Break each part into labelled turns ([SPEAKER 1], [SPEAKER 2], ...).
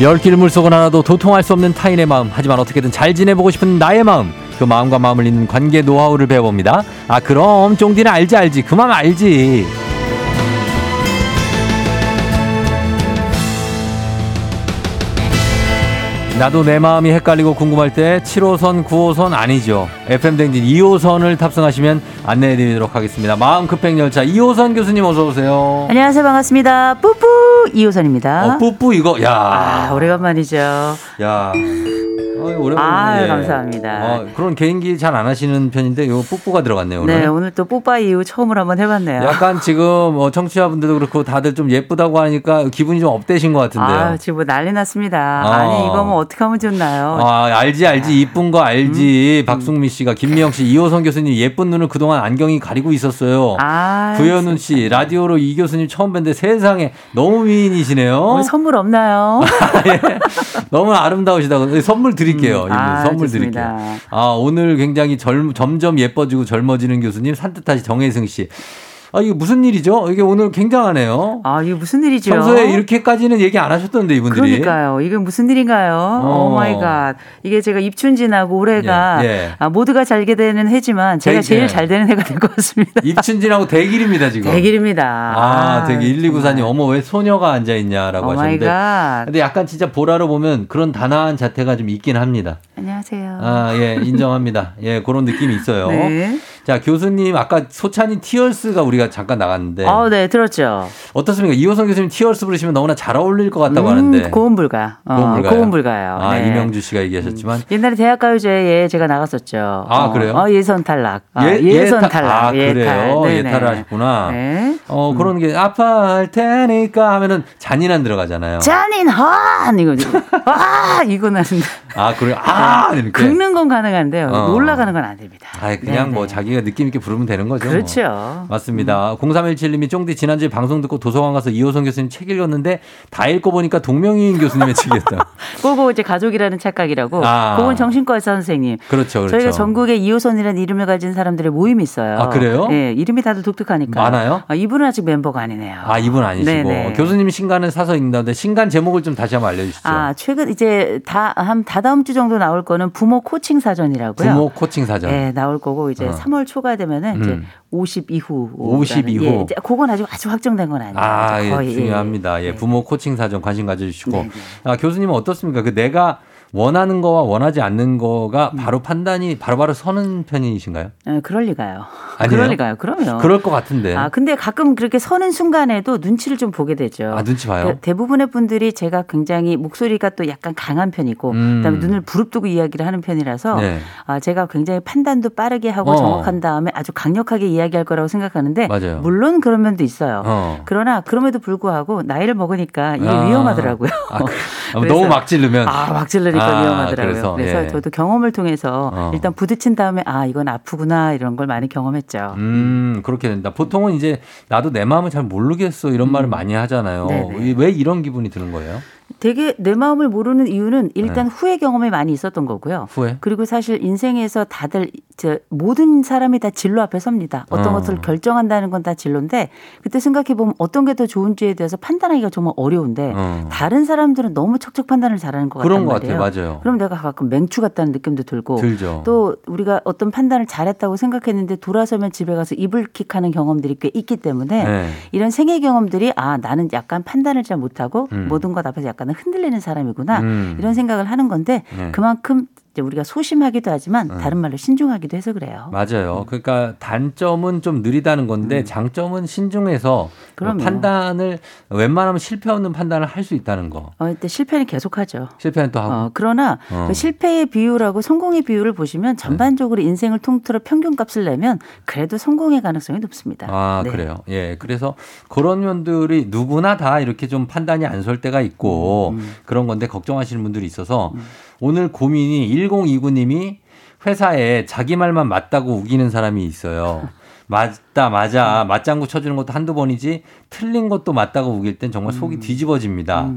[SPEAKER 1] 열길 물속은 하나도 도통할 수 없는 타인의 마음 하지만 어떻게든 잘 지내보고 싶은 나의 마음 그 마음과 마음을 잇는 관계 노하우를 배워봅니다 아 그럼 쫑디는 알지 알지 그 마음 알지 나도 내 마음이 헷갈리고 궁금할 때 7호선 9호선 아니죠 FM댕진 2호선을 탑승하시면 안내해드리도록 하겠습니다 마음 급행열차 2호선 교수님 어서오세요
[SPEAKER 2] 안녕하세요 반갑습니다 뿌뿌 이호선입니다
[SPEAKER 1] 어, 뿌뿌 이거 야
[SPEAKER 2] 아 오래간만이죠
[SPEAKER 1] 야. 어이, 오랜만이네.
[SPEAKER 2] 아유, 감사합니다.
[SPEAKER 1] 어, 그런 개인기 잘 안 하시는 편인데 요 뿌뿌가 들어갔네요. 오늘.
[SPEAKER 2] 네 오늘 또 뽀빠 이후 처음으로 한번 해봤네요
[SPEAKER 1] 약간 지금 어, 청취자분들도 그렇고 다들 좀 예쁘다고 하니까 기분이 좀 업되신 것 같은데요.
[SPEAKER 2] 아 지금 뭐 난리 났습니다
[SPEAKER 1] 어.
[SPEAKER 2] 아니 이거 뭐 어떻게 하면 좋나요
[SPEAKER 1] 아, 알지 알지 이쁜 거
[SPEAKER 2] 음,
[SPEAKER 1] 알지 박승미 씨가 김미영 씨 이호선 교수님 예쁜 눈을 그동안 안경이 가리고 있었어요.
[SPEAKER 2] 아
[SPEAKER 1] 구현우 씨 라디오로 이 교수님 처음 뵀는데 세상에 너무 미인이시네요.
[SPEAKER 2] 오늘 선물 없나요
[SPEAKER 1] 너무 아름다우시다고 선물 드릴게요. 이분
[SPEAKER 2] 아,
[SPEAKER 1] 선물
[SPEAKER 2] 좋습니다.
[SPEAKER 1] 드릴게요. 아 오늘 굉장히 젊, 점점 예뻐지고 젊어지는 교수님 산뜻하신 정혜승 씨. 아 이게 무슨 일이죠? 이게 오늘 굉장하네요.
[SPEAKER 2] 아 이게 무슨 일이죠
[SPEAKER 1] 평소에 이렇게까지는 얘기 안 하셨던데 이분들이.
[SPEAKER 2] 그러니까요. 이게 무슨 일인가요?
[SPEAKER 1] 어.
[SPEAKER 2] 오 마이 갓. 이게 제가 입춘 지나고 올해가
[SPEAKER 1] 예, 예.
[SPEAKER 2] 아, 모두가 잘게 되는 해지만 제가
[SPEAKER 1] 제-
[SPEAKER 2] 제일
[SPEAKER 1] 예.
[SPEAKER 2] 잘 되는 해가 될 것 같습니다.
[SPEAKER 1] 입춘진하고 대길입니다 지금.
[SPEAKER 2] 대길입니다.
[SPEAKER 1] 아, 되게 129사님
[SPEAKER 2] 정말. Oh
[SPEAKER 1] 어머 왜 소녀가 앉아 있냐라고
[SPEAKER 2] 오 마이
[SPEAKER 1] 하셨는데.
[SPEAKER 2] 갓.
[SPEAKER 1] 근데 약간 진짜 보라로 보면 그런 단아한 자태가 좀 있긴 합니다.
[SPEAKER 2] 안녕하세요.
[SPEAKER 1] 아, 예, 인정합니다. 예, 그런 느낌이 있어요.
[SPEAKER 2] 네.
[SPEAKER 1] 자, 교수님, 아까 소찬이 티얼스가 우리가 잠깐 나갔는데.
[SPEAKER 2] 아, 네, 들었죠.
[SPEAKER 1] 어떻습니까? 이호선 교수님 티얼스 부르시면 너무나 잘 어울릴 것 같다고
[SPEAKER 2] 음,
[SPEAKER 1] 하는데.
[SPEAKER 2] 고음 불가. 어,
[SPEAKER 1] 고음불가요?
[SPEAKER 2] 고음 불가요.
[SPEAKER 1] 아,
[SPEAKER 2] 네. 음.
[SPEAKER 1] 이명주 씨가 얘기하셨지만.
[SPEAKER 2] 옛날에 대학가요제에 제가 나갔었죠.
[SPEAKER 1] 아,
[SPEAKER 2] 어,
[SPEAKER 1] 그래요?
[SPEAKER 2] 어, 예선 탈락. 아,
[SPEAKER 1] 예-
[SPEAKER 2] 예선
[SPEAKER 1] 예타-
[SPEAKER 2] 탈락.
[SPEAKER 1] 아, 그래요? 예타를 하셨구나.
[SPEAKER 2] 네.
[SPEAKER 1] 어, 그런 게, 아파할 테니까 하면은 잔인한 들어가잖아요.
[SPEAKER 2] 잔인한! 이거, 이거. 아! 이거는.
[SPEAKER 1] 아, 그래요? 아! 이렇게.
[SPEAKER 2] 긁는 건 가능한데요.
[SPEAKER 1] 어.
[SPEAKER 2] 올라가는 건 안 됩니다.
[SPEAKER 1] 아, 그냥
[SPEAKER 2] 네네.
[SPEAKER 1] 뭐 자기가 느낌 있게 부르면 되는 거죠. 뭐.
[SPEAKER 2] 그렇죠.
[SPEAKER 1] 맞습니다. 0317님이 쫑디 지난주에 방송 듣고 도서관 가서 이호선 교수님 책 읽었는데 다 읽고 보니까 동명이인 교수님의 책이었다.
[SPEAKER 2] 그거 이제 가족이라는 착각이라고.
[SPEAKER 1] 뭐. 아.
[SPEAKER 2] 그건 정신과 의사 선생님.
[SPEAKER 1] 그렇죠, 그렇죠.
[SPEAKER 2] 저희가 전국에 이호선이라는 이름을 가진 사람들의 모임이 있어요.
[SPEAKER 1] 아, 그래요?
[SPEAKER 2] 예, 이름이 다들 독특하니까.
[SPEAKER 1] 많아요?
[SPEAKER 2] 아, 이분은 아직 멤버가 아니네요.
[SPEAKER 1] 아, 이분 아니시고.
[SPEAKER 2] 네네.
[SPEAKER 1] 교수님 신간은 사서 읽는다는데 신간 제목을 좀 다시 한번 알려주시죠.
[SPEAKER 2] 아, 최근 이제 다, 한, 다다음 주 정도 나올 거는 부모 코칭 사전이라고요.
[SPEAKER 1] 부모 코칭 사전.
[SPEAKER 2] 예, 나올 거고 이제
[SPEAKER 1] 어.
[SPEAKER 2] 3월 초가 되면은 이제
[SPEAKER 1] 음.
[SPEAKER 2] 52후.
[SPEAKER 1] 52후.
[SPEAKER 2] 예, 이제 그건 아직 아주 확정된 건 아니에요.
[SPEAKER 1] 아,
[SPEAKER 2] 아직
[SPEAKER 1] 예,
[SPEAKER 2] 거의, 예.
[SPEAKER 1] 중요합니다. 예,
[SPEAKER 2] 네.
[SPEAKER 1] 부모 코칭 사전 관심 가져주시고.
[SPEAKER 2] 네, 네.
[SPEAKER 1] 아, 교수님은 어떻습니까? 그 내가 원하는 거와 원하지 않는
[SPEAKER 2] 음.
[SPEAKER 1] 거가 바로 판단이 바로바로 서는 편이신가요?
[SPEAKER 2] 예, 그럴 리가요.
[SPEAKER 1] 아니에요?
[SPEAKER 2] 그럴 리가요. 그럼요.
[SPEAKER 1] 그럴 것 같은데.
[SPEAKER 2] 아,
[SPEAKER 1] 아,
[SPEAKER 2] 근데 가끔 그렇게 서는 순간에도 눈치를 좀 보게 되죠.
[SPEAKER 1] 아, 눈치 봐요.
[SPEAKER 2] 그 대부분의 분들이 제가 굉장히 목소리가 또 약간 강한 편이고
[SPEAKER 1] 음.
[SPEAKER 2] 그다음에 눈을 부릅뜨고 이야기를 하는 편이라서
[SPEAKER 1] 네.
[SPEAKER 2] 아, 제가 굉장히 판단도 빠르게 하고
[SPEAKER 1] 어.
[SPEAKER 2] 정확한 다음에 아주 강력하게 이야기할 거라고 생각하는데
[SPEAKER 1] 맞아요.
[SPEAKER 2] 물론 그런 면도 있어요.
[SPEAKER 1] 어.
[SPEAKER 2] 그러나 그럼에도 불구하고 나이를 먹으니까 이게
[SPEAKER 1] 아.
[SPEAKER 2] 위험하더라고요.
[SPEAKER 1] 아, 그-
[SPEAKER 2] 그래서-
[SPEAKER 1] 너무 막 찌르면.
[SPEAKER 2] 아, 막 질르니까
[SPEAKER 1] 아,
[SPEAKER 2] 위험하더라고요. 그래서,
[SPEAKER 1] 예.
[SPEAKER 2] 저도 경험을 통해서
[SPEAKER 1] 어.
[SPEAKER 2] 일단 부딪힌 다음에 아, 이건 아프구나 이런 걸 많이 경험했죠.
[SPEAKER 1] 음, 그렇게 된다. 보통은 이제 나도 내 마음을 잘 모르겠어 이런 말을 많이 하잖아요.
[SPEAKER 2] 음. 네네.
[SPEAKER 1] 이- 왜 이런 기분이 드는 거예요?
[SPEAKER 2] 되게 내 마음을 모르는 이유는 일단
[SPEAKER 1] 네.
[SPEAKER 2] 후회 경험이 많이 있었던 거고요.
[SPEAKER 1] 후회?
[SPEAKER 2] 그리고 사실 인생에서 다들 저 모든 사람이 다 진로 앞에 섭니다. 어떤
[SPEAKER 1] 어.
[SPEAKER 2] 것을 결정한다는 건 다 진로인데 그때 생각해 보면 어떤 게 더 좋은지에 대해서 판단하기가 정말 어려운데
[SPEAKER 1] 어.
[SPEAKER 2] 다른 사람들은 너무 척척 판단을 잘하는 것
[SPEAKER 1] 그런
[SPEAKER 2] 같단
[SPEAKER 1] 것
[SPEAKER 2] 말이에요.
[SPEAKER 1] 같아요. 맞아요.
[SPEAKER 2] 그럼 내가 가끔 맹추 같다는 느낌도 들고
[SPEAKER 1] 들죠.
[SPEAKER 2] 또 우리가 어떤 판단을 잘했다고 생각했는데 돌아서면 집에 가서 이불킥하는 경험들이 꽤 있기 때문에
[SPEAKER 1] 네.
[SPEAKER 2] 이런 생애 경험들이 아 나는 약간 판단을 잘 못하고
[SPEAKER 1] 음.
[SPEAKER 2] 모든 것 앞에서 약간 흔들리는 사람이구나
[SPEAKER 1] 음.
[SPEAKER 2] 이런 생각을 하는 건데
[SPEAKER 1] 네.
[SPEAKER 2] 그만큼 이제 우리가 소심하기도
[SPEAKER 1] 음.
[SPEAKER 2] 하지만 다른 말로 신중하기도 해서 그래요.
[SPEAKER 1] 맞아요. 그러니까 단점은 좀 느리다는 건데 장점은 신중해서
[SPEAKER 2] 음.
[SPEAKER 1] 뭐
[SPEAKER 2] 그럼요.
[SPEAKER 1] 판단을 웬만하면 실패 없는 판단을 할 수 있다는 거.
[SPEAKER 2] 어, 일단 실패는 계속하죠.
[SPEAKER 1] 실패는 또 하고.
[SPEAKER 2] 어, 그러나
[SPEAKER 1] 아, 어.
[SPEAKER 2] 그 실패의 비율하고 성공의 비율을 보시면
[SPEAKER 1] 음.
[SPEAKER 2] 전반적으로 인생을 통틀어 평균값을 내면 그래도 성공의 가능성이 높습니다.
[SPEAKER 1] 아,
[SPEAKER 2] 네.
[SPEAKER 1] 그래요. 예. 그래서 그런 면들이 누구나 다 이렇게 좀 판단이 안 설 때가 있고
[SPEAKER 2] 음.
[SPEAKER 1] 그런 건데 걱정하시는 분들이 있어서 오늘 고민이 1029님이 회사에 자기 말만 맞다고 우기는 사람이 있어요. 맞다, 맞아. 맞장구 쳐주는 것도 한두 번이지 틀린 것도 맞다고 우길 땐 정말 속이
[SPEAKER 2] 음.
[SPEAKER 1] 뒤집어집니다.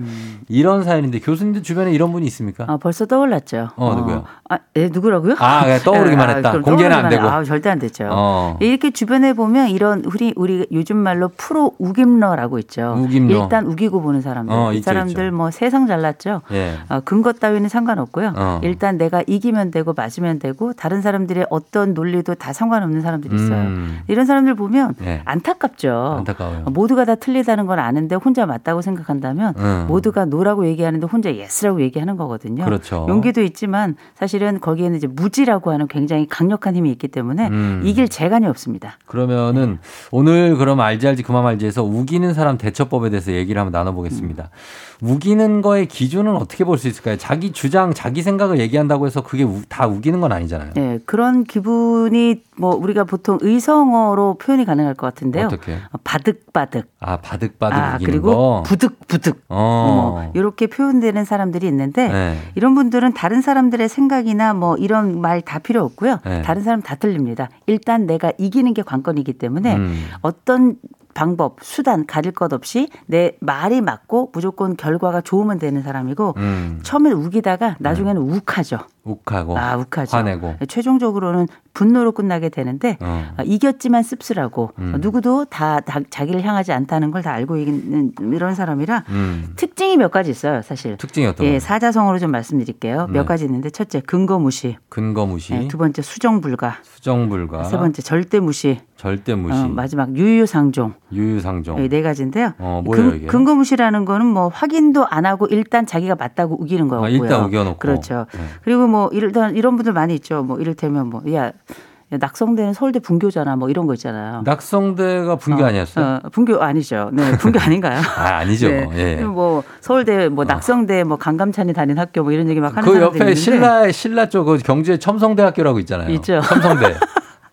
[SPEAKER 1] 이런 사연인데 교수님들 주변에 이런 분이 있습니까?
[SPEAKER 2] 아, 벌써 떠올랐죠.
[SPEAKER 1] 어, 누구요?
[SPEAKER 2] 아, 예, 누구라고요?
[SPEAKER 1] 아, 그냥 떠오르기만 했다.
[SPEAKER 2] 그럼
[SPEAKER 1] 공개는 안
[SPEAKER 2] 떠오르기만
[SPEAKER 1] 되고.
[SPEAKER 2] 해. 아, 절대 안 됐죠.
[SPEAKER 1] 어.
[SPEAKER 2] 이렇게 주변에 보면 이런 우리 우리 요즘 말로 프로 우김러라고 있죠.
[SPEAKER 1] 우김러.
[SPEAKER 2] 일단 우기고 보는 사람들.
[SPEAKER 1] 어,
[SPEAKER 2] 이
[SPEAKER 1] 있죠,
[SPEAKER 2] 사람들
[SPEAKER 1] 있죠.
[SPEAKER 2] 뭐 세상 잘났죠.
[SPEAKER 1] 예.
[SPEAKER 2] 어, 근거 따위는 상관없고요.
[SPEAKER 1] 어.
[SPEAKER 2] 일단 내가 이기면 되고 맞으면 되고 다른 사람들의 어떤 논리도 다 상관없는 사람들이 있어요. 아, 어.
[SPEAKER 1] 음.
[SPEAKER 2] 이런 사람들 보면
[SPEAKER 1] 예.
[SPEAKER 2] 안타깝죠.
[SPEAKER 1] 안타까워요.
[SPEAKER 2] 모두가 다 틀리다는 건 아는데 혼자 맞다고 생각한다면
[SPEAKER 1] 음.
[SPEAKER 2] 모두가 노라고 얘기하는데 혼자 예스라고 얘기하는 거거든요.
[SPEAKER 1] 그렇죠.
[SPEAKER 2] 용기도 있지만 사실은 거기에는 이제 무지라고 하는 굉장히 강력한 힘이 있기 때문에
[SPEAKER 1] 음.
[SPEAKER 2] 이길 재간이 없습니다.
[SPEAKER 1] 그러면은 오늘 그럼 알지 알지 그만 알지에서 우기는 사람 대처법에 대해서 얘기를 한번 나눠보겠습니다.
[SPEAKER 2] 음.
[SPEAKER 1] 우기는 거의 기준은 어떻게 볼 수 있을까요? 자기 주장, 자기 생각을 얘기한다고 해서 그게 우- 다 우기는 건 아니잖아요.
[SPEAKER 2] 네, 그런 기분이 뭐 우리가 보통 의성어로 표현이 가능할 것 같은데요.
[SPEAKER 1] 어떻게?
[SPEAKER 2] 어, 바득바득.
[SPEAKER 1] 아 바득바득
[SPEAKER 2] 아,
[SPEAKER 1] 우기는
[SPEAKER 2] 그리고
[SPEAKER 1] 거.
[SPEAKER 2] 부득부득.
[SPEAKER 1] 어.
[SPEAKER 2] 뭐 이렇게 표현되는 사람들이 있는데
[SPEAKER 1] 네.
[SPEAKER 2] 이런 분들은 다른 사람들의 생각이나 뭐 이런 말 다 필요 없고요.
[SPEAKER 1] 네.
[SPEAKER 2] 다른 사람 다 틀립니다. 일단 내가 이기는 게 관건이기 때문에
[SPEAKER 1] 음.
[SPEAKER 2] 어떤 방법, 수단 가릴 것 없이 내 말이 맞고 무조건 결과가 좋으면 되는 사람이고
[SPEAKER 1] 음.
[SPEAKER 2] 처음엔 우기다가 나중에는 욱하죠.
[SPEAKER 1] 욱하고
[SPEAKER 2] 아, 욱하죠.
[SPEAKER 1] 어, 화내고.
[SPEAKER 2] 최종적으로는 분노로 끝나게 되는데
[SPEAKER 1] 어.
[SPEAKER 2] 어, 이겼지만 씁쓸하고
[SPEAKER 1] 음.
[SPEAKER 2] 어, 누구도 다, 다 자기를 향하지 않다는 걸 다 알고 있는 이런 사람이라
[SPEAKER 1] 음.
[SPEAKER 2] 특징이 몇 가지 있어요, 사실.
[SPEAKER 1] 특징이 어떤
[SPEAKER 2] 예,
[SPEAKER 1] 예,
[SPEAKER 2] 사자성어로 좀 말씀드릴게요.
[SPEAKER 1] 네.
[SPEAKER 2] 몇 가지 있는데 첫째 근거 무시,
[SPEAKER 1] 근거 무시,
[SPEAKER 2] 예, 두 번째 수정 불가,
[SPEAKER 1] 수정불가,
[SPEAKER 2] 세 번째 절대 무시,
[SPEAKER 1] 절대 아. 무시,
[SPEAKER 2] 어, 마지막 유유상종
[SPEAKER 1] 유유상종.
[SPEAKER 2] 예, 네 가지인데요.
[SPEAKER 1] 어, 뭐예요, 이게?
[SPEAKER 2] 근거 무시라는 거는 뭐 확인도 안 하고 일단 자기가 맞다고 우기는 거고요.
[SPEAKER 1] 아, 일단 우겨놓고.
[SPEAKER 2] 그렇죠.
[SPEAKER 1] 네.
[SPEAKER 2] 그리고 뭐 일단 이런 분들 많이 있죠. 뭐 이를테면 뭐 야. 야, 낙성대는 서울대 분교잖아, 뭐 이런 거 있잖아요.
[SPEAKER 1] 낙성대가 분교 아니었어요?
[SPEAKER 2] 어, 분교 아니죠. 네, 분교 아닌가요?
[SPEAKER 1] 아 아니죠.
[SPEAKER 2] 네.
[SPEAKER 1] 예. 어.
[SPEAKER 2] 뭐 서울대, 뭐 낙성대, 뭐 강감찬이 다닌 학교, 뭐 이런 얘기 막 하는
[SPEAKER 1] 그
[SPEAKER 2] 사람들이
[SPEAKER 1] 옆에
[SPEAKER 2] 있는데
[SPEAKER 1] 신라 신라 쪽 그 경주에 첨성대학교라고 있잖아요.
[SPEAKER 2] 있죠.
[SPEAKER 1] 첨성대.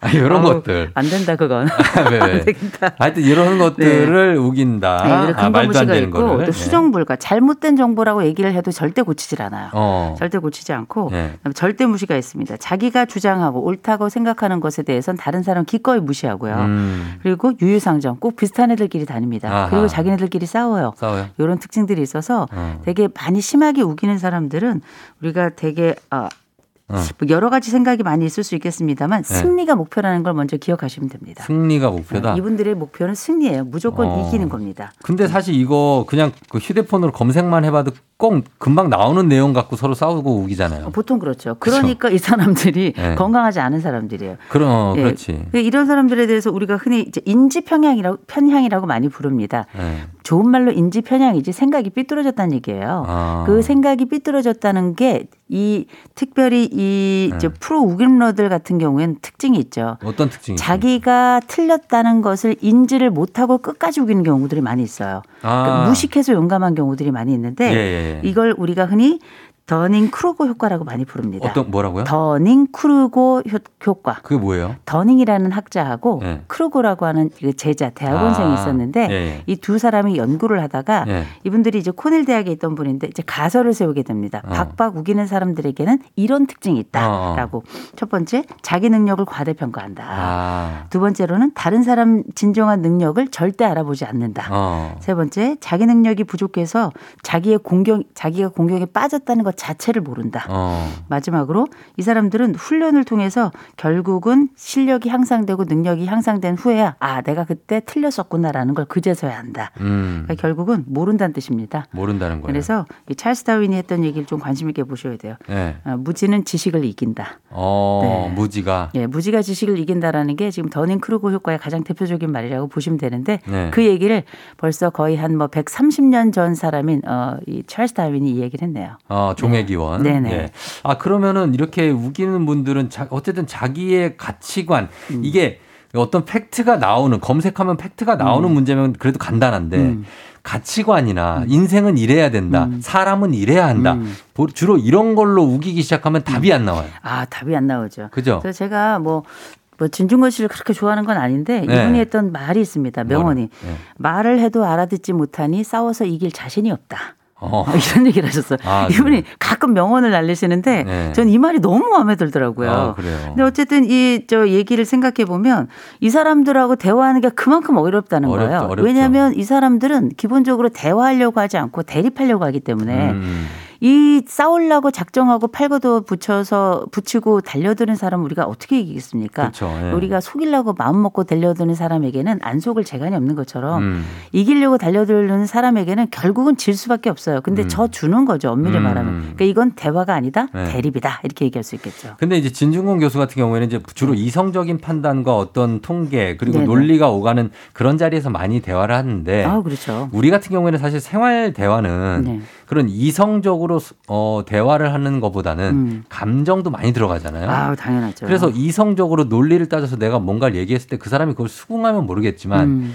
[SPEAKER 1] 아, 이런
[SPEAKER 2] 아우,
[SPEAKER 1] 것들. 아,
[SPEAKER 2] 안 된다 그건.
[SPEAKER 1] 왜, 왜.
[SPEAKER 2] 되겠다.
[SPEAKER 1] 하여튼 이런 것들을 우긴다.
[SPEAKER 2] 네, 이런
[SPEAKER 1] 예. 아, 말도 안
[SPEAKER 2] 근거무시가
[SPEAKER 1] 되는
[SPEAKER 2] 있고
[SPEAKER 1] 거를. 예.
[SPEAKER 2] 또 수정불가 잘못된 정보라고 얘기를 해도 절대 고치질 않아요.
[SPEAKER 1] 예. 어.
[SPEAKER 2] 절대 고치지 않고
[SPEAKER 1] 네.
[SPEAKER 2] 그다음에 절대 무시가 있습니다. 자기가 주장하고 옳다고 생각하는 것에 대해서는 다른 사람 기꺼이 무시하고요.
[SPEAKER 1] 음.
[SPEAKER 2] 그리고 유유상정 꼭 비슷한 애들끼리 다닙니다.
[SPEAKER 1] 아하.
[SPEAKER 2] 그리고 자기네들끼리 싸워요.
[SPEAKER 1] 싸워요.
[SPEAKER 2] 이런 특징들이 있어서
[SPEAKER 1] 어.
[SPEAKER 2] 되게 많이 심하게 우기는 사람들은 우리가 되게 아,
[SPEAKER 1] 어. 네.
[SPEAKER 2] 여러 가지 생각이 많이 있을 수 있겠습니다만 승리가 목표라는 걸 먼저 기억하시면 됩니다. 네,
[SPEAKER 1] 승리가 목표다.
[SPEAKER 2] 아, 이분들의 목표는 승리예요. 무조건
[SPEAKER 1] 어.
[SPEAKER 2] 이기는 겁니다.
[SPEAKER 1] 근데 사실 이거 그냥 그 휴대폰으로 검색만 해봐도 꼭 금방 나오는 내용 갖고 서로 싸우고 우기잖아요.
[SPEAKER 2] 보통 그렇죠. 그러니까 이 사람들이
[SPEAKER 1] 네.
[SPEAKER 2] 건강하지 않은 사람들이에요.
[SPEAKER 1] 그럼 어,
[SPEAKER 2] 예.
[SPEAKER 1] 그렇지.
[SPEAKER 2] 근데 이런 사람들에 대해서 우리가 흔히 이제 인지 편향이라고 편향이라고 많이 부릅니다.
[SPEAKER 1] 예.
[SPEAKER 2] 좋은 말로 인지 편향이지 생각이 삐뚤어졌다는 얘기예요.
[SPEAKER 1] 아.
[SPEAKER 2] 그 생각이 삐뚤어졌다는 게 이 특별히
[SPEAKER 1] 네.
[SPEAKER 2] 이 이제 프로 우김러들 같은 경우에는 특징이 있죠.
[SPEAKER 1] 어떤 특징이?
[SPEAKER 2] 자기가 틀렸다는 것을 인지를 못하고 끝까지 우기는 경우들이 많이 있어요.
[SPEAKER 1] 아.
[SPEAKER 2] 그러니까 무식해서 용감한 경우들이 많이 있는데
[SPEAKER 1] 예, 예, 예.
[SPEAKER 2] 이걸 우리가 흔히 더닝 크루거 효과라고 많이 부릅니다.
[SPEAKER 1] 어떤 뭐라고요?
[SPEAKER 2] 더닝 크루거 효과.
[SPEAKER 1] 그게 뭐예요?
[SPEAKER 2] 더닝이라는 학자하고
[SPEAKER 1] 예.
[SPEAKER 2] 크루거라고 하는 그 제자 대학원생이
[SPEAKER 1] 아,
[SPEAKER 2] 있었는데
[SPEAKER 1] 예, 예.
[SPEAKER 2] 이 두 사람이 연구를 하다가
[SPEAKER 1] 예.
[SPEAKER 2] 이분들이 이제 코넬 대학에 있던 분인데 이제 가설을 세우게 됩니다.
[SPEAKER 1] 어.
[SPEAKER 2] 박박 우기는 사람들에게는 이런 특징이 있다라고 첫 번째 자기 능력을 과대평가한다.
[SPEAKER 1] 어. 아.
[SPEAKER 2] 두 번째로는 다른 사람 진정한 능력을 절대 알아보지 않는다.
[SPEAKER 1] 어.
[SPEAKER 2] 세 번째 자기 능력이 부족해서 자기의 공격 자기가 공격에 빠졌다는 것 자체를 모른다.
[SPEAKER 1] 어.
[SPEAKER 2] 마지막으로 이 사람들은 훈련을 통해서 결국은 실력이 향상되고 능력이 향상된 후에야 아 내가 그때 틀렸었구나라는 걸 그제서야 안다.
[SPEAKER 1] 음.
[SPEAKER 2] 그러니까 결국은 모른다는 뜻입니다.
[SPEAKER 1] 모른다는 거예요.
[SPEAKER 2] 그래서 이 찰스 다윈이 했던 얘기를 좀 관심 있게 보셔야 돼요.
[SPEAKER 1] 예.
[SPEAKER 2] 아, 무지는 지식을 이긴다.
[SPEAKER 1] 어,
[SPEAKER 2] 네.
[SPEAKER 1] 무지가
[SPEAKER 2] 예, 무지가 지식을 이긴다라는 게 지금 더닝크루거 효과의 가장 대표적인 말이라고 보시면 되는데
[SPEAKER 1] 네.
[SPEAKER 2] 그 얘기를 벌써 거의 한 뭐 130년 전 사람인 어, 이 찰스 다윈이 이 얘기를 했네요.
[SPEAKER 1] 어, 종회기원.
[SPEAKER 2] 네네.
[SPEAKER 1] 예. 아 그러면은 이렇게 우기는 분들은 자, 어쨌든 자기의 가치관
[SPEAKER 2] 음.
[SPEAKER 1] 이게 어떤 팩트가 나오는 검색하면 팩트가 나오는
[SPEAKER 2] 음.
[SPEAKER 1] 문제면 그래도 간단한데 가치관이나 인생은 이래야 된다.
[SPEAKER 2] 음.
[SPEAKER 1] 사람은 이래야 한다. 보- 주로 이런 걸로 우기기 시작하면 답이 안 나와요.
[SPEAKER 2] 아 답이 안 나오죠.
[SPEAKER 1] 그죠?
[SPEAKER 2] 그래서 제가 뭐, 뭐 진중권 씨를 그렇게 좋아하는 건 아닌데
[SPEAKER 1] 네.
[SPEAKER 2] 이분이 했던 말이 있습니다. 명언이
[SPEAKER 1] 뭐라? 네.
[SPEAKER 2] 말을 해도 알아듣지 못하니 싸워서 이길 자신이 없다.
[SPEAKER 1] 어.
[SPEAKER 2] 어, 이런 얘기를 하셨어요.
[SPEAKER 1] 아, 네.
[SPEAKER 2] 이분이 가끔 명언을 날리시는데
[SPEAKER 1] 네.
[SPEAKER 2] 전 이 말이 너무 마음에 들더라고요.
[SPEAKER 1] 아, 그래요.
[SPEAKER 2] 근데 어쨌든 이 저 얘기를 생각해 보면 이 사람들하고 대화하는 게 그만큼 어렵다는
[SPEAKER 1] 어렵죠,
[SPEAKER 2] 거예요.
[SPEAKER 1] 어렵죠.
[SPEAKER 2] 왜냐하면 이 사람들은 기본적으로 대화하려고 하지 않고 대립하려고 하기 때문에
[SPEAKER 1] 음.
[SPEAKER 2] 이 싸우려고 작정하고 팔고도 붙여서 붙이고 달려드는 사람 우리가 어떻게 이기겠습니까?
[SPEAKER 1] 그렇죠. 예.
[SPEAKER 2] 우리가 속이려고 마음 먹고 달려드는 사람에게는 안 속을 재간이 없는 것처럼
[SPEAKER 1] 음.
[SPEAKER 2] 이기려고 달려드는 사람에게는 결국은 질 수밖에 없어요. 근데
[SPEAKER 1] 음.
[SPEAKER 2] 저 주는 거죠. 엄밀히
[SPEAKER 1] 음.
[SPEAKER 2] 말하면. 그러니까 이건 대화가 아니다.
[SPEAKER 1] 네.
[SPEAKER 2] 대립이다. 이렇게 얘기할 수 있겠죠.
[SPEAKER 1] 근데 이제 진중권 교수 같은 경우에는 이제 주로 이성적인 판단과 어떤 통계 그리고
[SPEAKER 2] 네. 네네.
[SPEAKER 1] 논리가 오가는 그런 자리에서 많이 대화를 하는데
[SPEAKER 2] 아, 그렇죠.
[SPEAKER 1] 우리 같은 경우에는 사실 생활 대화는
[SPEAKER 2] 네.
[SPEAKER 1] 그런 이성적으로 어, 대화를 하는 것보다는
[SPEAKER 2] 음.
[SPEAKER 1] 감정도 많이 들어가잖아요.
[SPEAKER 2] 아, 당연하죠.
[SPEAKER 1] 네. 그래서 이성적으로 논리를 따져서 내가 뭔가를 얘기했을 때 그 사람이 그걸 수긍하면 모르겠지만
[SPEAKER 2] 음,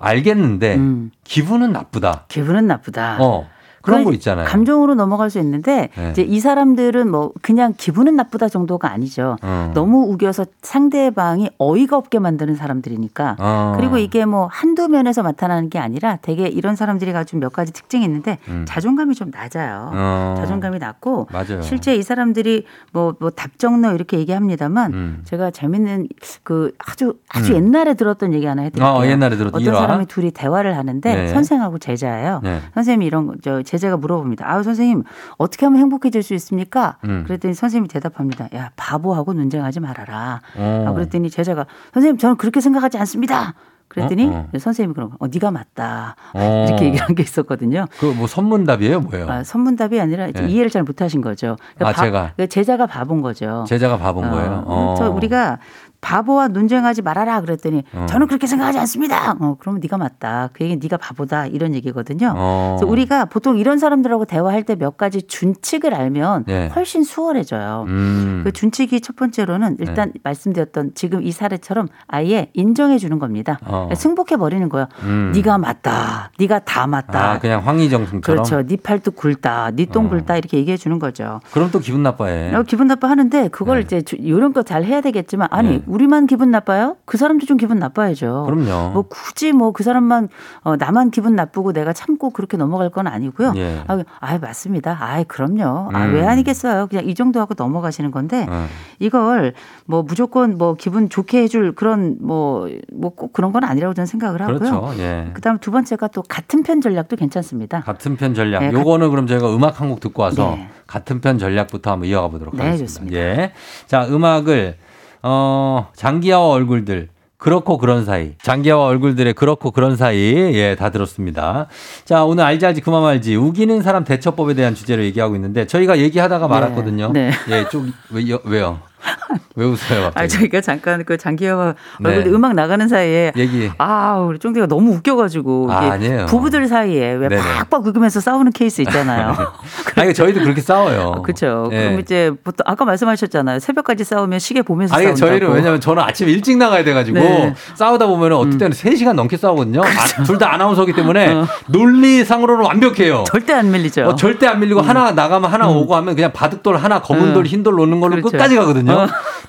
[SPEAKER 1] 알겠는데
[SPEAKER 2] 음.
[SPEAKER 1] 기분은 나쁘다.
[SPEAKER 2] 기분은 나쁘다.
[SPEAKER 1] 어 그런 거
[SPEAKER 2] 그건
[SPEAKER 1] 있잖아요.
[SPEAKER 2] 감정으로 넘어갈 수 있는데
[SPEAKER 1] 네.
[SPEAKER 2] 이제 이 사람들은 뭐 그냥 기분은 나쁘다 정도가 아니죠.
[SPEAKER 1] 어.
[SPEAKER 2] 너무 우겨서 상대방이 어이가 없게 만드는 사람들이니까.
[SPEAKER 1] 어.
[SPEAKER 2] 그리고 이게 뭐 한두 면에서 나타나는 게 아니라 되게 이런 사람들이 가진 몇 가지 특징이 있는데
[SPEAKER 1] 음.
[SPEAKER 2] 자존감이 좀 낮아요.
[SPEAKER 1] 어.
[SPEAKER 2] 자존감이 낮고
[SPEAKER 1] 맞아요.
[SPEAKER 2] 실제 이 사람들이 뭐, 뭐 답정너 이렇게 얘기합니다만
[SPEAKER 1] 음.
[SPEAKER 2] 제가 재밌는 그 아주 아주
[SPEAKER 1] 음.
[SPEAKER 2] 옛날에 들었던 얘기 하나 해드릴게요.
[SPEAKER 1] 어, 옛날에 들었던
[SPEAKER 2] 어떤
[SPEAKER 1] 일화.
[SPEAKER 2] 사람이 둘이 대화를 하는데
[SPEAKER 1] 네.
[SPEAKER 2] 선생하고 제자예요.
[SPEAKER 1] 네.
[SPEAKER 2] 선생님이 이런 거- 저 제자가 물어봅니다. 아 선생님 어떻게 하면 행복해질 수 있습니까?
[SPEAKER 1] 음.
[SPEAKER 2] 그랬더니 선생님이 대답합니다. 야 바보하고 논쟁하지 말아라.
[SPEAKER 1] 어.
[SPEAKER 2] 아, 그랬더니 제자가 선생님 저는 그렇게 생각하지 않습니다. 그랬더니
[SPEAKER 1] 어,
[SPEAKER 2] 선생님이 그런 거, 어 네가 맞다
[SPEAKER 1] 어.
[SPEAKER 2] 이렇게 얘기한 게 있었거든요.
[SPEAKER 1] 그 뭐 선문답이에요, 뭐예요?
[SPEAKER 2] 아, 선문답이 아니라 이제
[SPEAKER 1] 네.
[SPEAKER 2] 이해를 잘 못하신 거죠.
[SPEAKER 1] 아, 제가.
[SPEAKER 2] 그 제자가 바본 거죠.
[SPEAKER 1] 제자가 봐본
[SPEAKER 2] 어,
[SPEAKER 1] 거예요.
[SPEAKER 2] 저 우리가 바보와 논쟁하지 말아라 그랬더니
[SPEAKER 1] 어.
[SPEAKER 2] 저는 그렇게 생각하지 않습니다. 어, 그러면 네가 맞다. 그 얘기 네가 바보다 이런 얘기거든요.
[SPEAKER 1] 어.
[SPEAKER 2] 그래서 우리가 보통 이런 사람들하고 대화할 때 몇 가지 준칙을 알면
[SPEAKER 1] 네.
[SPEAKER 2] 훨씬 수월해져요.
[SPEAKER 1] 음. 네.
[SPEAKER 2] 그 준칙이 첫 번째로는 일단 말씀드렸던 지금 이 사례처럼 아예 인정해 주는 겁니다.
[SPEAKER 1] 어.
[SPEAKER 2] 승복해 버리는 거예요.
[SPEAKER 1] 음.
[SPEAKER 2] 네가 맞다. 네가 다 맞다.
[SPEAKER 1] 아, 그냥 황희정승처럼.
[SPEAKER 2] 그렇죠. 네 팔뚝 굵다. 네 똥
[SPEAKER 1] 어.
[SPEAKER 2] 굵다. 이렇게 얘기해 주는 거죠.
[SPEAKER 1] 그럼 또 기분 나빠해.
[SPEAKER 2] 어, 기분 나빠 하는데 그걸
[SPEAKER 1] 네.
[SPEAKER 2] 이제 주- 요런 거 잘 해야 되겠지만 아니
[SPEAKER 1] 네. 우리만
[SPEAKER 2] 우리만 기분 나빠요? 그 사람도 좀 기분 나빠야죠.
[SPEAKER 1] 그럼요.
[SPEAKER 2] 뭐 굳이 뭐 그 사람만 어, 나만 기분 나쁘고 내가 참고 그렇게 넘어갈 건 아니고요.
[SPEAKER 1] 예.
[SPEAKER 2] 아, 아 맞습니다. 아 그럼요. 아
[SPEAKER 1] 음.
[SPEAKER 2] 왜 아니겠어요. 그냥 이 정도 하고 넘어가시는 건데
[SPEAKER 1] 어.
[SPEAKER 2] 이걸 뭐 무조건 뭐 기분 좋게 해줄 그런 뭐 뭐 꼭 그런 건 아니라고 저는 생각을 하고요.
[SPEAKER 1] 그렇죠. 예.
[SPEAKER 2] 그다음 두 번째가 또 같은 편 전략도 괜찮습니다.
[SPEAKER 1] 같은 편 전략.
[SPEAKER 2] 네,
[SPEAKER 1] 요거는 그럼 저희가 음악 한 곡 듣고 와서
[SPEAKER 2] 네.
[SPEAKER 1] 같은 편 전략부터 한번 이어가 보도록
[SPEAKER 2] 네,
[SPEAKER 1] 하겠습니다.
[SPEAKER 2] 좋습니다.
[SPEAKER 1] 예. 자, 음악을 어, 장기하와 얼굴들 그렇고 그런 사이. 장기하와 얼굴들의 그렇고 그런 사이. 예, 다 들었습니다. 자, 오늘 알지 알지 그만 알지. 우기는 사람 대처법에 대한 주제로 얘기하고 있는데 저희가 얘기하다가 말았거든요.
[SPEAKER 2] 네.
[SPEAKER 1] 예, 좀 왜요? 왜요? 왜 웃어요, 갑자기?
[SPEAKER 2] 아 저희가 잠깐 그 장기화 얼굴
[SPEAKER 1] 네.
[SPEAKER 2] 음악 나가는 사이에
[SPEAKER 1] 얘기.
[SPEAKER 2] 아, 우리 쫑디가 너무 웃겨가지고
[SPEAKER 1] 아,
[SPEAKER 2] 이게
[SPEAKER 1] 아니에요.
[SPEAKER 2] 부부들 사이에 왜
[SPEAKER 1] 네네.
[SPEAKER 2] 팍팍 우기면서 싸우는 케이스 있잖아요.
[SPEAKER 1] 아니, 저희도 그렇게 싸워요.
[SPEAKER 2] 그렇죠.
[SPEAKER 1] 예.
[SPEAKER 2] 그럼 이제 보통 아까 말씀하셨잖아요. 새벽까지 싸우면 시계 보면서
[SPEAKER 1] 아니,
[SPEAKER 2] 싸운다고.
[SPEAKER 1] 저희는 왜냐면 저는 아침 일찍 나가야 돼가지고
[SPEAKER 2] 네. 음. 그렇죠.
[SPEAKER 1] 싸우다 보면 은 어떨 때는 3시간 넘게 싸우거든요. 아, 둘 다 아나운서기 때문에
[SPEAKER 2] 어.
[SPEAKER 1] 논리상으로는 완벽해요.
[SPEAKER 2] 절대 안 밀리죠.
[SPEAKER 1] 어, 절대 안 밀리고 하나 나가면 하나 오고 하면 그냥 바둑돌 하나 검은돌
[SPEAKER 2] 음.
[SPEAKER 1] 흰돌 노는 걸로
[SPEAKER 2] 그렇죠.
[SPEAKER 1] 끝까지 가거든요.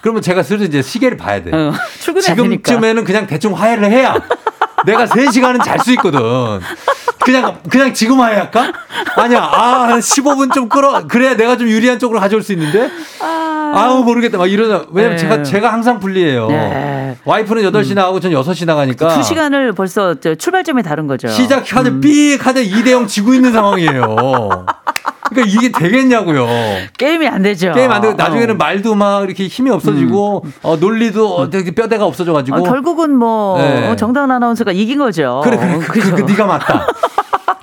[SPEAKER 1] 그러면 제가 슬슬 이제 시계를 봐야 돼.
[SPEAKER 2] 어,
[SPEAKER 1] 요
[SPEAKER 2] 출근해야 되니까.
[SPEAKER 1] 지금쯤에는 그냥 대충 화해를 해야 내가 3시간은 잘 수 있거든. 그냥 그냥 지금 화해할까? 아니야. 아, 한 15분 좀 끌어. 그래야 내가 좀 유리한 쪽으로 가져올 수 있는데. 아우 모르겠다. 막 이러다. 왜냐면
[SPEAKER 2] 네.
[SPEAKER 1] 제가 제가 항상 불리해요.
[SPEAKER 2] 네. 그
[SPEAKER 1] 와이프는 8시 나가고 전 6시 나가니까
[SPEAKER 2] 두 시간을 벌써 저 출발점이 다른 거죠.
[SPEAKER 1] 아. 시작하자
[SPEAKER 2] 음.
[SPEAKER 1] 삑 하자 2대 0 지고 있는 상황이에요. 그러니까 이게 되겠냐고요.
[SPEAKER 2] 게임이 안 되죠.
[SPEAKER 1] 게임 안 되고 나중에는
[SPEAKER 2] 어.
[SPEAKER 1] 말도 막 이렇게 힘이 없어지고 어, 논리도 어, 되게 뼈대가 없어져가지고
[SPEAKER 2] 어, 결국은 뭐
[SPEAKER 1] 네.
[SPEAKER 2] 어, 정당 아나운서가 이긴 거죠.
[SPEAKER 1] 그래, 그래, 그, 그,
[SPEAKER 2] 그죠?
[SPEAKER 1] 그, 네가 맞다.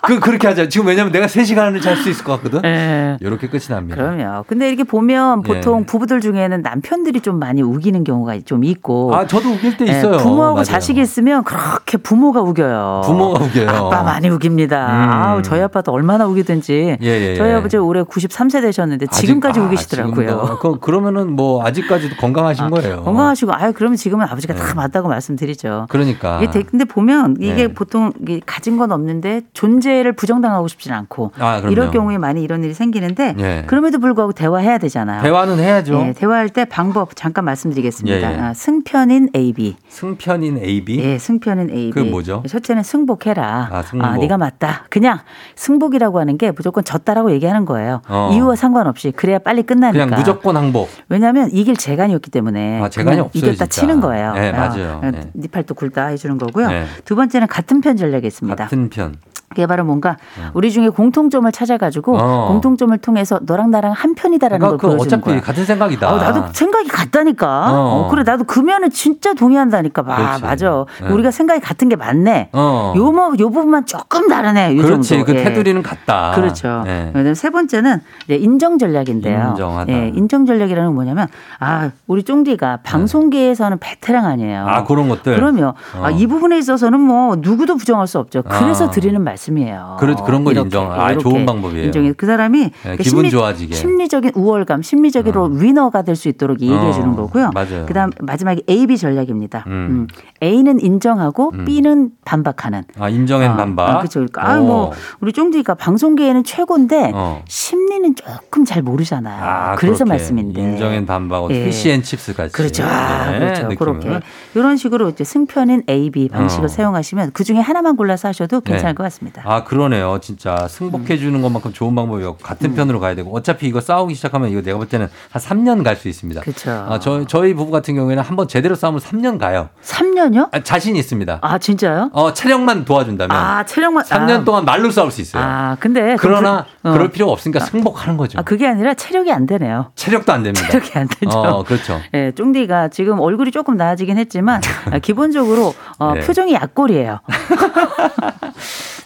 [SPEAKER 1] 그, 그렇게 하자. 지금 왜냐면 내가 3시간을 잘 수 있을 것 같거든.
[SPEAKER 2] 예.
[SPEAKER 1] 이렇게 끝이 납니다.
[SPEAKER 2] 그럼요. 근데 이렇게 보면 보통
[SPEAKER 1] 예.
[SPEAKER 2] 부부들 중에는 남편들이 좀 많이 우기는 경우가 좀 있고.
[SPEAKER 1] 아, 저도 웃길 때
[SPEAKER 2] 예,
[SPEAKER 1] 있어요.
[SPEAKER 2] 부모하고
[SPEAKER 1] 맞아요.
[SPEAKER 2] 자식이 있으면 그렇게 부모가 우겨요.
[SPEAKER 1] 부모가 우겨요.
[SPEAKER 2] 아빠 많이 우깁니다.
[SPEAKER 1] 음.
[SPEAKER 2] 아우 저희 아빠도 얼마나 우기든지.
[SPEAKER 1] 예, 예,
[SPEAKER 2] 저희
[SPEAKER 1] 예.
[SPEAKER 2] 아버지 올해 93세 되셨는데 지금까지
[SPEAKER 1] 아직- 아,
[SPEAKER 2] 우기시더라고요.
[SPEAKER 1] 지금도. 그, 그러면은 뭐 아직까지도 건강하신 거예요.
[SPEAKER 2] 건강하시고 아유 그러면 지금은 아버지가
[SPEAKER 1] 예.
[SPEAKER 2] 다 맞다고 말씀드리죠.
[SPEAKER 1] 그러니까.
[SPEAKER 2] 이게 되- 근데 보면 이게
[SPEAKER 1] 예.
[SPEAKER 2] 보통 이게 가진 건 없는데 존재를 부정당하고 싶진 않고
[SPEAKER 1] 아, 그럼요.
[SPEAKER 2] 이럴 경우에 많이 이런 일이 생기는데
[SPEAKER 1] 예.
[SPEAKER 2] 그럼에도 불구하고 대화해야 되잖아요.
[SPEAKER 1] 대화는 해야죠.
[SPEAKER 2] 예, 대화할 때 방법 잠깐 말씀드리겠습니다.
[SPEAKER 1] 예, 예.
[SPEAKER 2] 아, 승편인 AB.
[SPEAKER 1] 승편인 AB.
[SPEAKER 2] 예, 승편인 AB.
[SPEAKER 1] 그게 뭐죠?
[SPEAKER 2] 첫째는 승복해라.
[SPEAKER 1] 아, 승복.
[SPEAKER 2] 네가 맞다. 그냥 승복이라고 하는 게 무조건 졌다라고 얘기하는 거예요.
[SPEAKER 1] 어.
[SPEAKER 2] 이유와 상관없이 그래야 빨리 끝나니까.
[SPEAKER 1] 그냥 무조건 항복.
[SPEAKER 2] 왜냐하면 이길 재간이었기 때문에
[SPEAKER 1] 아, 재간이
[SPEAKER 2] 그냥
[SPEAKER 1] 없어요,
[SPEAKER 2] 이겼다
[SPEAKER 1] 진짜.
[SPEAKER 2] 치는 거예요.
[SPEAKER 1] 네, 맞아요.
[SPEAKER 2] 어,
[SPEAKER 1] 네.
[SPEAKER 2] 네 팔도 굴다 해주는 거고요.
[SPEAKER 1] 네.
[SPEAKER 2] 두 번째는 같은 편 전략이 있습니다.
[SPEAKER 1] 같은 편.
[SPEAKER 2] 그게 바로 뭔가 우리 중에 공통점을 찾아가지고
[SPEAKER 1] 어.
[SPEAKER 2] 공통점을 통해서 너랑 나랑 한 편이다라는
[SPEAKER 1] 그러니까 그
[SPEAKER 2] 걸 보여주는
[SPEAKER 1] 어차피
[SPEAKER 2] 거야.
[SPEAKER 1] 같은 생각이다.
[SPEAKER 2] 어, 나도 생각이 같다니까.
[SPEAKER 1] 어.
[SPEAKER 2] 어, 그래 나도 그 면은 진짜 동의한다니까. 아,
[SPEAKER 1] 그렇지.
[SPEAKER 2] 맞아.
[SPEAKER 1] 네.
[SPEAKER 2] 우리가 생각이 같은 게 맞네.
[SPEAKER 1] 어.
[SPEAKER 2] 요, 뭐, 요 부분만 조금 다르네. 요
[SPEAKER 1] 그렇지.
[SPEAKER 2] 정도.
[SPEAKER 1] 그
[SPEAKER 2] 예.
[SPEAKER 1] 테두리는 같다.
[SPEAKER 2] 그렇죠.
[SPEAKER 1] 예.
[SPEAKER 2] 그다음에 세 번째는 이제 인정 전략인데요.
[SPEAKER 1] 인정하다.
[SPEAKER 2] 예, 인정 전략이라는 건 뭐냐면 아 우리 쫑디가 방송계에서는 베테랑 아니에요.
[SPEAKER 1] 아, 그런 것들.
[SPEAKER 2] 그럼요.
[SPEAKER 1] 어.
[SPEAKER 2] 아, 이 부분에 있어서는 뭐 누구도 부정할 수 없죠. 그래서
[SPEAKER 1] 아.
[SPEAKER 2] 드리는 말씀이에요.
[SPEAKER 1] 그런- 그런 걸
[SPEAKER 2] 이렇게,
[SPEAKER 1] 인정. 아,
[SPEAKER 2] 이렇게
[SPEAKER 1] 좋은 방법이에요.
[SPEAKER 2] 인정해. 그 사람이
[SPEAKER 1] 네,
[SPEAKER 2] 그
[SPEAKER 1] 기분 좋아지게. 음.
[SPEAKER 2] 심리적인 우월감, 심리적으로 위너가 될 수 있도록 얘기해
[SPEAKER 1] 어,
[SPEAKER 2] 주는 거고요.
[SPEAKER 1] 맞아요.
[SPEAKER 2] 그다음 마지막에 A, B 전략입니다.
[SPEAKER 1] 음.
[SPEAKER 2] 음. A는 인정하고 B는 반박하는.
[SPEAKER 1] 아, 인정엔 반박.
[SPEAKER 2] 아, 그렇죠. 그러니까 아, 뭐
[SPEAKER 1] 오.
[SPEAKER 2] 우리 쫑디가 방송계에는 최고인데
[SPEAKER 1] 어.
[SPEAKER 2] 심리는 조금 잘 모르잖아요.
[SPEAKER 1] 아,
[SPEAKER 2] 그래서
[SPEAKER 1] 그렇게.
[SPEAKER 2] 말씀인데.
[SPEAKER 1] 인정엔 반박.
[SPEAKER 2] 예.
[SPEAKER 1] 피시앤칩스까지. 네,
[SPEAKER 2] 그렇죠. 아, 그렇죠. 그렇게
[SPEAKER 1] 느낌을.
[SPEAKER 2] 이런 식으로 이제 승편인 A, B 방식을
[SPEAKER 1] 어.
[SPEAKER 2] 사용하시면 그 중에 하나만 골라서 하셔도 괜찮을
[SPEAKER 1] 네.
[SPEAKER 2] 것 같습니다.
[SPEAKER 1] 아 그러네요
[SPEAKER 2] 음.
[SPEAKER 1] 진짜 승복해 주는 것만큼 좋은 방법이고 같은 편으로 가야 되고 어차피 이거 싸우기 시작하면 이거 내가 볼 때는 한 3년 갈 수 있습니다.
[SPEAKER 2] 그쵸.
[SPEAKER 1] 아, 저, 저희 부부 같은 경우에는 한번 제대로 싸우면 3년 가요.
[SPEAKER 2] 3년요?
[SPEAKER 1] 아, 자신 있습니다.
[SPEAKER 2] 아 진짜요?
[SPEAKER 1] 어 체력만 도와준다면
[SPEAKER 2] 아 체력만
[SPEAKER 1] 네. 3년
[SPEAKER 2] 아,
[SPEAKER 1] 동안 말로 싸울 수 있어요.
[SPEAKER 2] 아 근데
[SPEAKER 1] 그러나
[SPEAKER 2] 그- 어.
[SPEAKER 1] 그럴 필요 없으니까 승복하는 거죠.
[SPEAKER 2] 아 그게 아니라 체력이 안 되네요.
[SPEAKER 1] 체력도 안 됩니다.
[SPEAKER 2] 체력이 안 되죠.
[SPEAKER 1] 어, 그렇죠.
[SPEAKER 2] 예, 쫑디가 지금 얼굴이 조금 나아지긴 했지만 아, 기본적으로 어,
[SPEAKER 1] 네.
[SPEAKER 2] 표정이 약골이에요.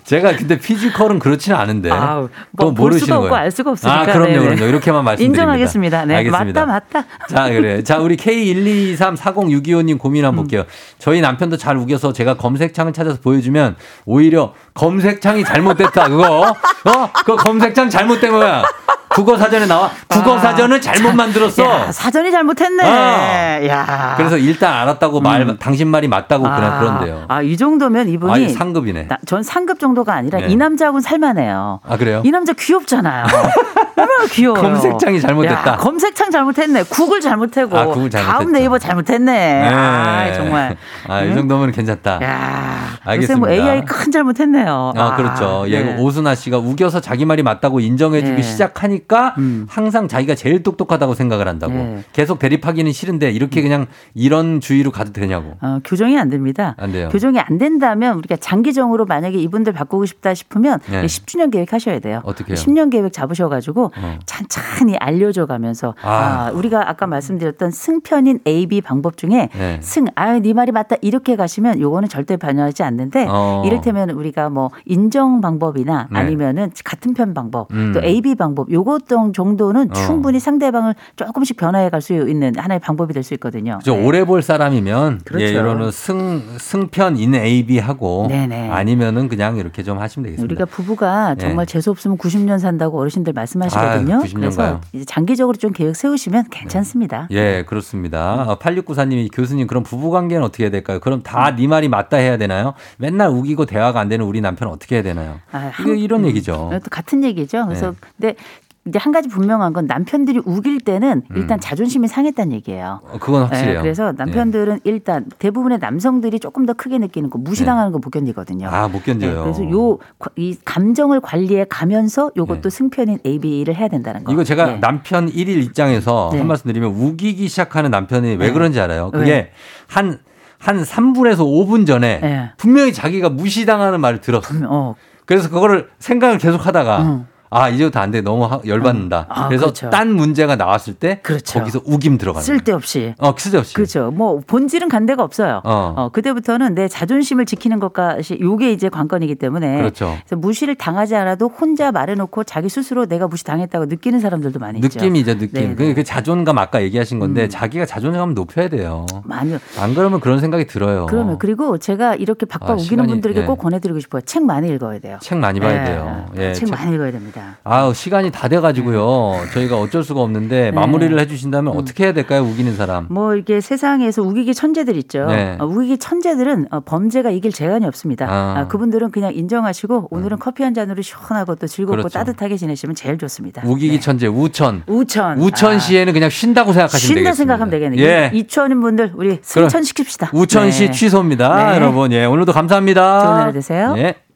[SPEAKER 1] 제가 근데 피지컬은 그렇지는 않은데
[SPEAKER 2] 아우,
[SPEAKER 1] 네. 또
[SPEAKER 2] 뭐볼 수가
[SPEAKER 1] 모르시는
[SPEAKER 2] 없고
[SPEAKER 1] 거예요.
[SPEAKER 2] 알 수가 없으니까.
[SPEAKER 1] 아, 그럼요,
[SPEAKER 2] 네네.
[SPEAKER 1] 그럼요. 이렇게만 말씀드립니다.
[SPEAKER 2] 인정하겠습니다. 네,
[SPEAKER 1] 알겠습니다.
[SPEAKER 2] 맞다, 맞다.
[SPEAKER 1] 자, 그래. 자, 우리 K12234065님 고민 한번
[SPEAKER 2] 음.
[SPEAKER 1] 볼게요. 저희 남편도 잘 우겨서 제가 검색창을 찾아서 보여주면 오히려 검색창이 잘못됐다. 그거. 어? 그 검색창 잘못된 거야. 국어 사전에 나와. 국어
[SPEAKER 2] 아,
[SPEAKER 1] 사전을 잘못 만들었어.
[SPEAKER 2] 야, 사전이 잘못했네.
[SPEAKER 1] 어.
[SPEAKER 2] 야.
[SPEAKER 1] 그래서 일단 알았다고 말 당신 말이 맞다고 그냥 그런데요.
[SPEAKER 2] 음. 아, 이 정도면 이분이
[SPEAKER 1] 아니, 상급이네.
[SPEAKER 2] 나- 전 상급 정도가 아니라
[SPEAKER 1] 네.
[SPEAKER 2] 이 남자하고는 살만해요.
[SPEAKER 1] 아, 그래요?
[SPEAKER 2] 이 남자 귀엽잖아요. 얼마나 귀여워요.
[SPEAKER 1] 검색창이 잘못됐다.
[SPEAKER 2] 야, 검색창 잘못했네. 구글 잘못했고.
[SPEAKER 1] 아, 구글
[SPEAKER 2] 다음
[SPEAKER 1] 잘못했죠.
[SPEAKER 2] 네이버 잘못했네.
[SPEAKER 1] 네.
[SPEAKER 2] 아, 정말.
[SPEAKER 1] 아, 이
[SPEAKER 2] 응?
[SPEAKER 1] 정도면 괜찮다.
[SPEAKER 2] 야, 요새
[SPEAKER 1] 알겠습니다.
[SPEAKER 2] 뭐 AI 큰 잘못했네요.
[SPEAKER 1] 아, 그렇죠.
[SPEAKER 2] 네.
[SPEAKER 1] 예, 그 오순아 씨가 우겨서 자기 말이 맞다고 인정해주기
[SPEAKER 2] 네.
[SPEAKER 1] 시작하니까
[SPEAKER 2] 음.
[SPEAKER 1] 항상 자기가 제일 똑똑하다고 생각을 한다고.
[SPEAKER 2] 네. 음.
[SPEAKER 1] 계속 대립하기는 싫은데 이렇게 그냥 이런 주의로 가도 되냐고.
[SPEAKER 2] 어, 교정이 안 됩니다.
[SPEAKER 1] 안 돼요.
[SPEAKER 2] 교정이 안 된다면 우리가 장기적으로 만약에 이분들 바꾸고 싶다 싶으면
[SPEAKER 1] 네.
[SPEAKER 2] 10주년 계획 하셔야 돼요.
[SPEAKER 1] 어떻게 해요?
[SPEAKER 2] 10년 계획 잡으셔가지고
[SPEAKER 1] 어.
[SPEAKER 2] 찬찬히 알려줘 가면서
[SPEAKER 1] 아.
[SPEAKER 2] 아. 우리가 아까 말씀드렸던 승편인 A, B 방법 중에
[SPEAKER 1] 네.
[SPEAKER 2] 승, 아유, 네 말이 맞다 이렇게 가시면 요거는 절대 반영하지 않는데
[SPEAKER 1] 어.
[SPEAKER 2] 이를테면 우리가 뭐 인정 방법이나
[SPEAKER 1] 네.
[SPEAKER 2] 아니면은 같은 편 방법
[SPEAKER 1] 음.
[SPEAKER 2] 또 A, B 방법 요것 정- 정도는
[SPEAKER 1] 어.
[SPEAKER 2] 충분히 상대방을 조금씩 변화해 갈 수 있는 하나의 방법이 될 수 있거든요.
[SPEAKER 1] 저
[SPEAKER 2] 네.
[SPEAKER 1] 오래 볼 사람이면
[SPEAKER 2] 그렇죠.
[SPEAKER 1] 예, 이런 승 승편 인 A B 하고
[SPEAKER 2] 네네.
[SPEAKER 1] 아니면은 그냥 이렇게 좀 하시면 되겠습니다.
[SPEAKER 2] 우리가 부부가
[SPEAKER 1] 네.
[SPEAKER 2] 정말 재수 없으면 90년 산다고 어르신들 말씀하시거든요.
[SPEAKER 1] 아유, 90년
[SPEAKER 2] 그래서
[SPEAKER 1] 가요.
[SPEAKER 2] 이제 장기적으로 좀 계획 세우시면 괜찮습니다.
[SPEAKER 1] 예, 그렇습니다.
[SPEAKER 2] 음.
[SPEAKER 1] 아, 8694님이 교수님 그럼 부부 관계는 어떻게 해야 될까요? 그럼 다
[SPEAKER 2] 음.
[SPEAKER 1] 네 말이 맞다 해야 되나요? 맨날 우기고 대화가 안 되는 우리 남편 어떻게 해야 되나요?
[SPEAKER 2] 아,
[SPEAKER 1] 이게
[SPEAKER 2] 한- 아,
[SPEAKER 1] 이런 얘기죠.
[SPEAKER 2] 또 같은 얘기죠. 그래서
[SPEAKER 1] 어. 네.
[SPEAKER 2] 근데 이제 한 가지 분명한 건 남편들이 우길 때는 일단 자존심이 상했다는 얘기예요.
[SPEAKER 1] 어, 그건 음. 확실해요.
[SPEAKER 2] 네, 그래서 남편들은 일단 대부분의 남성들이 조금 더 크게 느끼는 거 무시당하는 거 못 견디거든요.
[SPEAKER 1] 아, 못 견뎌요.
[SPEAKER 2] 네, 그래서 요 이 감정을 관리해 가면서 요것도 승편인 AB를 해야 된다는 거.
[SPEAKER 1] 네. 이거 제가
[SPEAKER 2] 네.
[SPEAKER 1] 남편 일일 입장에서
[SPEAKER 2] 네.
[SPEAKER 1] 한 말씀 드리면 우기기 시작하는 남편이 왜
[SPEAKER 2] 네.
[SPEAKER 1] 그런지 알아요. 그게
[SPEAKER 2] 왜?
[SPEAKER 1] 한, 한 3분에서 5분 전에
[SPEAKER 2] 네.
[SPEAKER 1] 분명히 자기가 무시당하는 말을 들었어.
[SPEAKER 2] 음, 어,
[SPEAKER 1] 그래서 그거를 생각을 계속 하다가
[SPEAKER 2] 음.
[SPEAKER 1] 아 이제부터 안 돼 너무 하- 열받는다.
[SPEAKER 2] 아,
[SPEAKER 1] 그래서
[SPEAKER 2] 그렇죠.
[SPEAKER 1] 딴 문제가 나왔을 때
[SPEAKER 2] 그렇죠.
[SPEAKER 1] 거기서 우김 들어가는. 거예요.
[SPEAKER 2] 쓸데없이.
[SPEAKER 1] 어 쓸데없이.
[SPEAKER 2] 그렇죠. 뭐 본질은 간 데가 없어요.
[SPEAKER 1] 어.
[SPEAKER 2] 어. 그때부터는 내 자존심을 지키는 것까지 요게 이제 관건이기 때문에
[SPEAKER 1] 그렇죠.
[SPEAKER 2] 그래서 무시를 당하지 않아도 혼자 말해놓고 자기 스스로 내가 무시당했다고 느끼는 사람들도 많이 있죠.
[SPEAKER 1] 느낌이죠 느낌.
[SPEAKER 2] 네,
[SPEAKER 1] 그
[SPEAKER 2] 네. 음.
[SPEAKER 1] 그 자존감 아까 얘기하신 건데 자기가 자존감 높여야 돼요.
[SPEAKER 2] 많이
[SPEAKER 1] 안 그러면 그런 생각이 들어요.
[SPEAKER 2] 그러면 그리고 제가 이렇게
[SPEAKER 1] 아,
[SPEAKER 2] 바빠 우기는
[SPEAKER 1] 시간이,
[SPEAKER 2] 분들에게
[SPEAKER 1] 예.
[SPEAKER 2] 꼭 권해드리고 싶어요. 책 많이 읽어야 돼요.
[SPEAKER 1] 책 많이 봐야
[SPEAKER 2] 예,
[SPEAKER 1] 돼요. 예,
[SPEAKER 2] 책
[SPEAKER 1] 책-
[SPEAKER 2] 많이 네. 읽어야 됩니다.
[SPEAKER 1] 아우 시간이 다 돼가지고요. 저희가 어쩔 수가
[SPEAKER 2] 네.
[SPEAKER 1] 없는데 마무리를 해주신다면
[SPEAKER 2] 음.
[SPEAKER 1] 어떻게 해야 될까요? 우기는 사람.
[SPEAKER 2] 뭐 이게 세상에서 우기기 천재들 있죠.
[SPEAKER 1] 네.
[SPEAKER 2] 어, 우기기 천재들은 어, 범죄가 이길 재간이
[SPEAKER 1] 아.
[SPEAKER 2] 없습니다.
[SPEAKER 1] 음.
[SPEAKER 2] 아, 그분들은 그냥 인정하시고 오늘은 커피 한 잔으로 시원하고 또 즐겁고
[SPEAKER 1] 그렇죠.
[SPEAKER 2] 따뜻하게 지내시면 제일 좋습니다.
[SPEAKER 1] 우기기
[SPEAKER 2] 네.
[SPEAKER 1] 천재 우천.
[SPEAKER 2] 우천. 아,
[SPEAKER 1] 우천시에는 그냥 쉰다고 생각하시면
[SPEAKER 2] 쉰다
[SPEAKER 1] 되겠습니다.
[SPEAKER 2] 생각하면 되겠네요.
[SPEAKER 1] 예.
[SPEAKER 2] 이천인 분들 우리 승천시킵시다.
[SPEAKER 1] 우천시
[SPEAKER 2] 네.
[SPEAKER 1] 취소입니다.
[SPEAKER 2] 네.
[SPEAKER 1] 여러분, 예. 오늘도 감사합니다.
[SPEAKER 2] 좋은 하루 되세요.
[SPEAKER 1] 예.